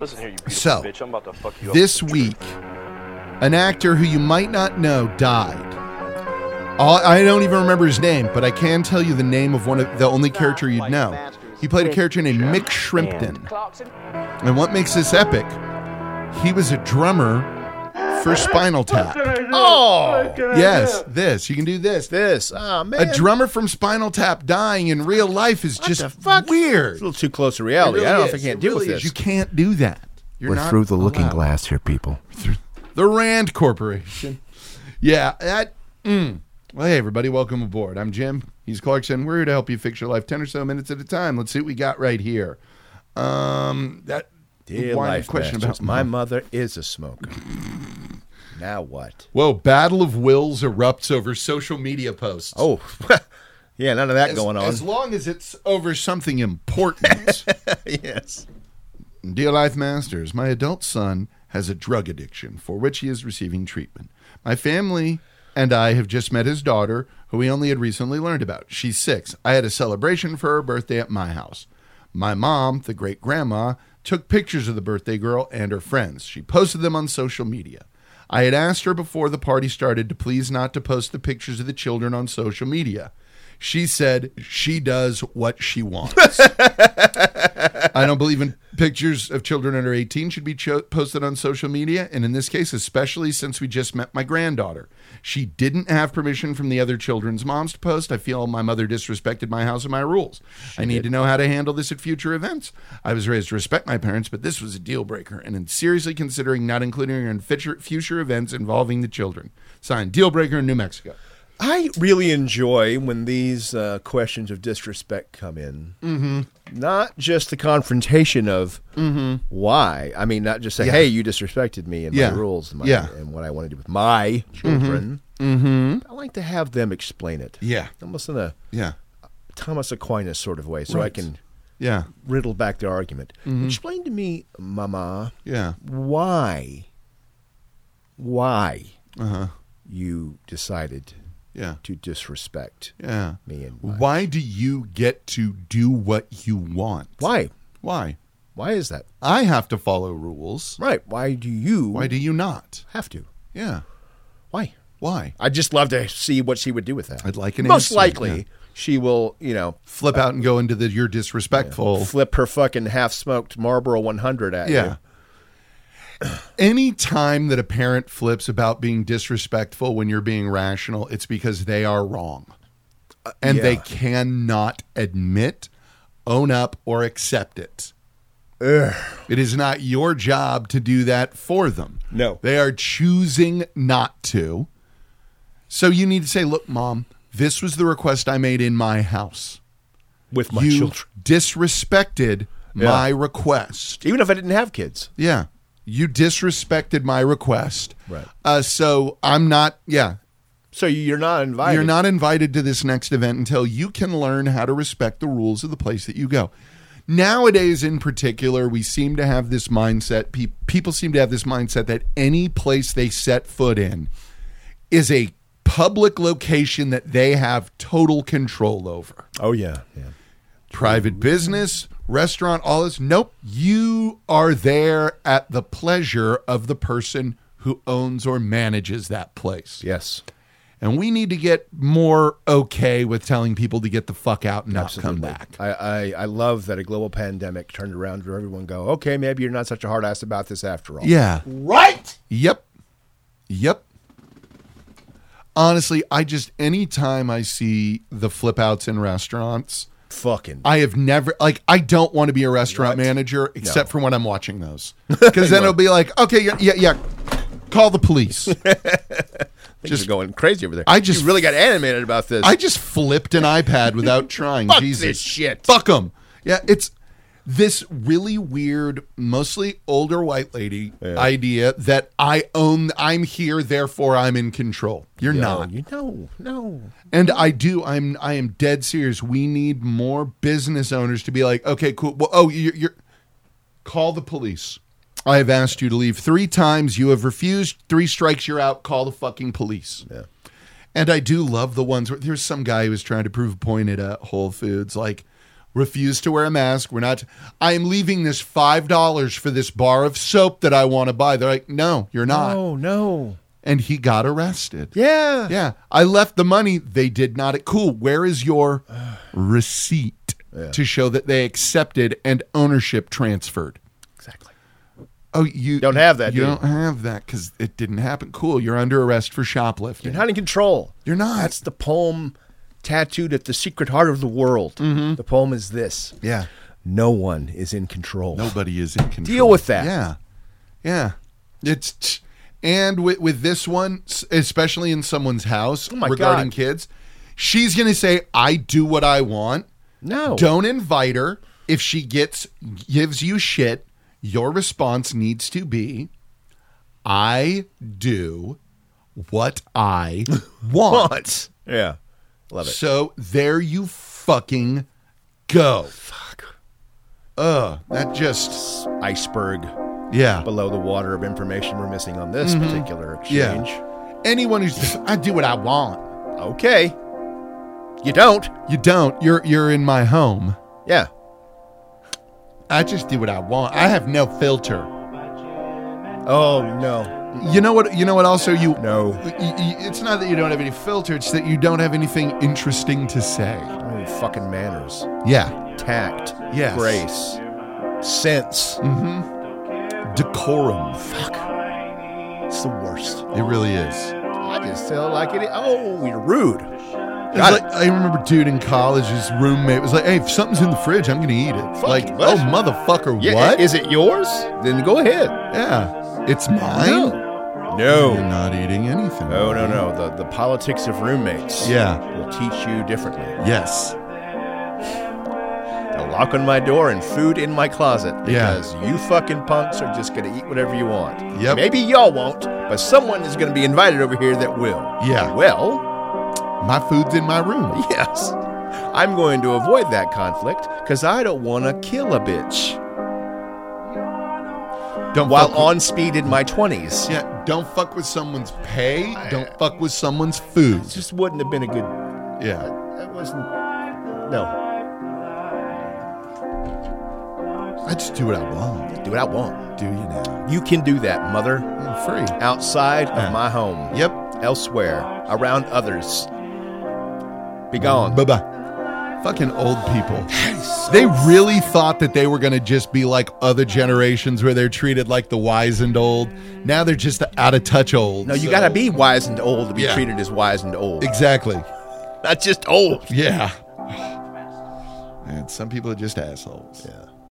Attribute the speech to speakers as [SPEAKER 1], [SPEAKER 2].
[SPEAKER 1] Listen here, you beautiful
[SPEAKER 2] So,
[SPEAKER 1] bitch. I'm about to fuck you up.
[SPEAKER 2] This week, an actor who you might not know died. All, I don't even remember his name, but I can tell you the name of one of the only character you'd know. He played a character named Mick Shrimpton. And what makes this epic? He was a drummer for Spinal Tap.
[SPEAKER 3] Oh,
[SPEAKER 2] Yes, this. You can do this.
[SPEAKER 3] this. Oh, man.
[SPEAKER 2] A drummer from Spinal Tap dying in real life is just
[SPEAKER 3] the fuck?
[SPEAKER 2] weird.
[SPEAKER 3] It's a little too close to reality. I don't know if I can't
[SPEAKER 2] It
[SPEAKER 3] deal
[SPEAKER 2] really
[SPEAKER 3] with
[SPEAKER 2] is.
[SPEAKER 3] this.
[SPEAKER 2] You can't do that. You're
[SPEAKER 4] We're
[SPEAKER 2] not
[SPEAKER 4] through the looking
[SPEAKER 2] allowed.
[SPEAKER 4] glass here, people.
[SPEAKER 2] The Rand Corporation. yeah, that. Mm. Well, hey everybody, welcome aboard. I'm Jim. He's Clarkson. We're here to help you fix your life ten or so minutes at a time. Let's see what we got right here. Um, that
[SPEAKER 3] Dear
[SPEAKER 2] why
[SPEAKER 3] life
[SPEAKER 2] question
[SPEAKER 3] bastards,
[SPEAKER 2] about
[SPEAKER 3] my mother is a smoker. now what?
[SPEAKER 2] Whoa, battle of wills erupts over social media posts.
[SPEAKER 3] Oh, yeah, none of that
[SPEAKER 2] as,
[SPEAKER 3] going on.
[SPEAKER 2] As long as it's over something important.
[SPEAKER 3] yes.
[SPEAKER 2] Dear Life Masters, my adult son has a drug addiction for which he is receiving treatment. My family and I have just met his daughter, who we only had recently learned about. She's six. I had a celebration for her birthday at my house. My mom, the great grandma, took pictures of the birthday girl and her friends. She posted them on social media. I had asked her before the party started to please not to post the pictures of the children on social media. She said she does what she wants. I don't believe in pictures of children under 18 should be cho- posted on social media, and in this case, especially since we just met my granddaughter. She didn't have permission from the other children's moms to post. I feel my mother disrespected my house and my rules. I need to know how to handle this at future events. I was raised to respect my parents, but this was a deal breaker, and I'm seriously considering not including her in future, future events involving the children. Signed, Deal Breaker in New Mexico.
[SPEAKER 3] I really enjoy when these uh, questions of disrespect come in. Mm-hmm. Not just the confrontation of why. I mean, not just say, "Hey, you disrespected me and
[SPEAKER 2] Mm-hmm. Yeah.
[SPEAKER 3] my rules and, my,
[SPEAKER 2] Yeah.
[SPEAKER 3] and what I want to do with my children." Mm-hmm. I like to have them explain it,
[SPEAKER 2] Yeah.
[SPEAKER 3] almost in a
[SPEAKER 2] Yeah.
[SPEAKER 3] Thomas Aquinas sort of way, so I
[SPEAKER 2] Right. Mm-hmm.
[SPEAKER 3] can
[SPEAKER 2] Yeah.
[SPEAKER 3] riddle back the argument. Explain to me, Mama,
[SPEAKER 2] Yeah.
[SPEAKER 3] why, why
[SPEAKER 2] Uh huh.
[SPEAKER 3] you decided
[SPEAKER 2] Yeah.
[SPEAKER 3] to disrespect
[SPEAKER 2] Yeah.
[SPEAKER 3] me and my-
[SPEAKER 2] Why do you get to do what you want?
[SPEAKER 3] why?
[SPEAKER 2] Why?
[SPEAKER 3] Why is that?
[SPEAKER 2] I have to follow rules.
[SPEAKER 3] Right? Why do you?
[SPEAKER 2] Why do you not?
[SPEAKER 3] have to?
[SPEAKER 2] Yeah.
[SPEAKER 3] Why?
[SPEAKER 2] Why?
[SPEAKER 3] I'd just love to see what she would do with that.
[SPEAKER 2] I'd like an
[SPEAKER 3] most
[SPEAKER 2] answer,
[SPEAKER 3] likely
[SPEAKER 2] yeah.
[SPEAKER 3] she will, you know,
[SPEAKER 2] Flip out and go into the you're disrespectful.
[SPEAKER 3] flip her fucking half-smoked Marlboro 100 at
[SPEAKER 2] Yeah.
[SPEAKER 3] you.
[SPEAKER 2] Any time that a parent flips about being disrespectful when you're being rational, it's because they are wrong. And they
[SPEAKER 3] yeah.
[SPEAKER 2] cannot admit, own up, or accept it. It is not your job to do that for them.
[SPEAKER 3] No.
[SPEAKER 2] They are choosing not to. So you need to say, look, mom, this was the request I made in my house.
[SPEAKER 3] with my
[SPEAKER 2] you
[SPEAKER 3] children,
[SPEAKER 2] disrespected my request.
[SPEAKER 3] even if I didn't have kids.
[SPEAKER 2] Yeah. You disrespected my request.
[SPEAKER 3] Right.
[SPEAKER 2] Uh, so I'm not, yeah.
[SPEAKER 3] So you're not invited.
[SPEAKER 2] You're not invited to this next event until you can learn how to respect the rules of the place that you go. Nowadays, in particular, we seem to have this mindset, pe- people seem to have this mindset that any place they set foot in is a public location that they have total control over
[SPEAKER 3] Oh yeah, yeah.
[SPEAKER 2] private business, restaurant, all this. Nope. You are there at the pleasure of the person who owns or manages that place.
[SPEAKER 3] Yes.
[SPEAKER 2] And we need to get more okay with telling people to get the fuck out and not come back.
[SPEAKER 3] I, I, I love that a global pandemic turned around where everyone go, okay, maybe you're not such a hard ass about this after all.
[SPEAKER 2] Yeah. Right? Yep. Yep. Honestly, I just anytime I see the flip outs in restaurants,
[SPEAKER 3] Fucking.
[SPEAKER 2] I have never like I don't want to be a restaurant
[SPEAKER 3] What?
[SPEAKER 2] manager except for when I'm watching those because then it'll be like okay yeah yeah, yeah call the police.
[SPEAKER 3] just going crazy over there.
[SPEAKER 2] I just-
[SPEAKER 3] You really got animated about this.
[SPEAKER 2] I just flipped an iPad without trying.
[SPEAKER 3] Fuck
[SPEAKER 2] Jesus
[SPEAKER 3] this shit.
[SPEAKER 2] Fuck them. Yeah, it's this really weird, mostly older white lady idea that I own. I'm here, therefore I'm in control. You're
[SPEAKER 3] no,
[SPEAKER 2] not.
[SPEAKER 3] you no, no.
[SPEAKER 2] And I do. I'm. I am dead serious. We need more business owners to be like, okay, cool. Well, oh, you're, you're call the police. I have asked you to leave three times. You have refused. Three strikes. You're out. Call the fucking police. Yeah. And I do love the ones where there's some guy who was trying to prove a point at uh, Whole Foods, like, refuse to wear a mask. We're not. I am leaving this five dollars for this bar of soap that I want to buy. They're like, no, you're not.
[SPEAKER 3] Oh no.
[SPEAKER 2] And he got arrested.
[SPEAKER 3] Yeah.
[SPEAKER 2] Yeah. I left the money. They did not. Cool. Where is your receipt to show that they accepted and ownership transferred?
[SPEAKER 3] Exactly.
[SPEAKER 2] Oh, you
[SPEAKER 3] Don't have that,
[SPEAKER 2] You
[SPEAKER 3] do you?
[SPEAKER 2] don't have that because it didn't happen. Cool. You're under arrest for shoplifting.
[SPEAKER 3] You're not in control.
[SPEAKER 2] You're not.
[SPEAKER 3] That's the poem tattooed at the secret heart of the world. The poem is this.
[SPEAKER 2] yeah.
[SPEAKER 3] No one is in control.
[SPEAKER 2] Nobody is in control.
[SPEAKER 3] Deal with that.
[SPEAKER 2] Yeah, yeah. It's and with with this one, s- especially in someone's house
[SPEAKER 3] Oh my
[SPEAKER 2] regarding
[SPEAKER 3] God.
[SPEAKER 2] kids, she's gonna say, "I do what I want."
[SPEAKER 3] No.
[SPEAKER 2] Don't invite her if she gets gives you shit. Your response needs to be, "I do what I want."
[SPEAKER 3] But yeah. Love it.
[SPEAKER 2] So there you fucking go. Fuck. Ugh, that just
[SPEAKER 3] Iceberg
[SPEAKER 2] yeah.
[SPEAKER 3] below the water of information we're missing on this particular exchange.
[SPEAKER 2] Yeah. Anyone who's just, I do what I want.
[SPEAKER 3] Okay. You don't.
[SPEAKER 2] You don't. You're you're in my home.
[SPEAKER 3] Yeah.
[SPEAKER 2] I just do what I want. I have no filter.
[SPEAKER 3] Oh no.
[SPEAKER 2] You know what? You know what? Also, you
[SPEAKER 3] No.
[SPEAKER 2] y- y- It's not that you don't have any filter. It's that you don't have anything interesting to say.
[SPEAKER 3] Oh, fucking manners.
[SPEAKER 2] Yeah.
[SPEAKER 3] Tact.
[SPEAKER 2] Yes.
[SPEAKER 3] Grace. Sense.
[SPEAKER 2] Decorum.
[SPEAKER 3] Fuck. It's the worst.
[SPEAKER 2] It really is.
[SPEAKER 3] I just feel like it. Oh, you're rude.
[SPEAKER 2] It's like- I remember, dude, in college, his roommate was like, "Hey, if something's in the fridge, I'm gonna eat it."
[SPEAKER 3] Fuck
[SPEAKER 2] like,
[SPEAKER 3] you,
[SPEAKER 2] oh,
[SPEAKER 3] what?
[SPEAKER 2] motherfucker,
[SPEAKER 3] Yeah,
[SPEAKER 2] what?
[SPEAKER 3] Is it yours? Then go ahead.
[SPEAKER 2] yeah, it's mine.
[SPEAKER 3] No.
[SPEAKER 2] You're
[SPEAKER 3] No.
[SPEAKER 2] not eating anything.
[SPEAKER 3] No, no, no. The, the politics of roommates
[SPEAKER 2] Yeah.
[SPEAKER 3] will teach you differently.
[SPEAKER 2] Yes.
[SPEAKER 3] A lock on my door and food in my closet
[SPEAKER 2] Yeah.
[SPEAKER 3] because you fucking punks are just going to eat whatever you want.
[SPEAKER 2] Yep.
[SPEAKER 3] Maybe y'all won't, but someone is going to be invited over here that will.
[SPEAKER 2] Yeah.
[SPEAKER 3] Well,
[SPEAKER 2] My food's in my room.
[SPEAKER 3] yes. I'm going to avoid that conflict because I don't want to kill a bitch
[SPEAKER 2] Don't
[SPEAKER 3] while
[SPEAKER 2] fuck with-
[SPEAKER 3] on speed in my 20s.
[SPEAKER 2] Yeah, don't fuck with someone's pay. Don't fuck with someone's food.
[SPEAKER 3] It just wouldn't have been a good
[SPEAKER 2] Yeah.
[SPEAKER 3] That wasn't. No.
[SPEAKER 2] I just do what I want.
[SPEAKER 3] Do what I want.
[SPEAKER 2] Do you now?
[SPEAKER 3] You can do that, mother.
[SPEAKER 2] I'm free.
[SPEAKER 3] Outside
[SPEAKER 2] Yeah.
[SPEAKER 3] of my home.
[SPEAKER 2] Yep.
[SPEAKER 3] Elsewhere. Around others. Be gone.
[SPEAKER 2] Bye bye. Fucking old people. They really thought that they were going to just be like other generations where they're treated like the wise and old. Now they're just the out of touch old.
[SPEAKER 3] no, you
[SPEAKER 2] so-
[SPEAKER 3] gotta be wise and old to be
[SPEAKER 2] Yeah.
[SPEAKER 3] treated as wise and old.
[SPEAKER 2] Exactly.
[SPEAKER 3] Not just old.
[SPEAKER 2] Yeah. And some people are just assholes.
[SPEAKER 3] Yeah.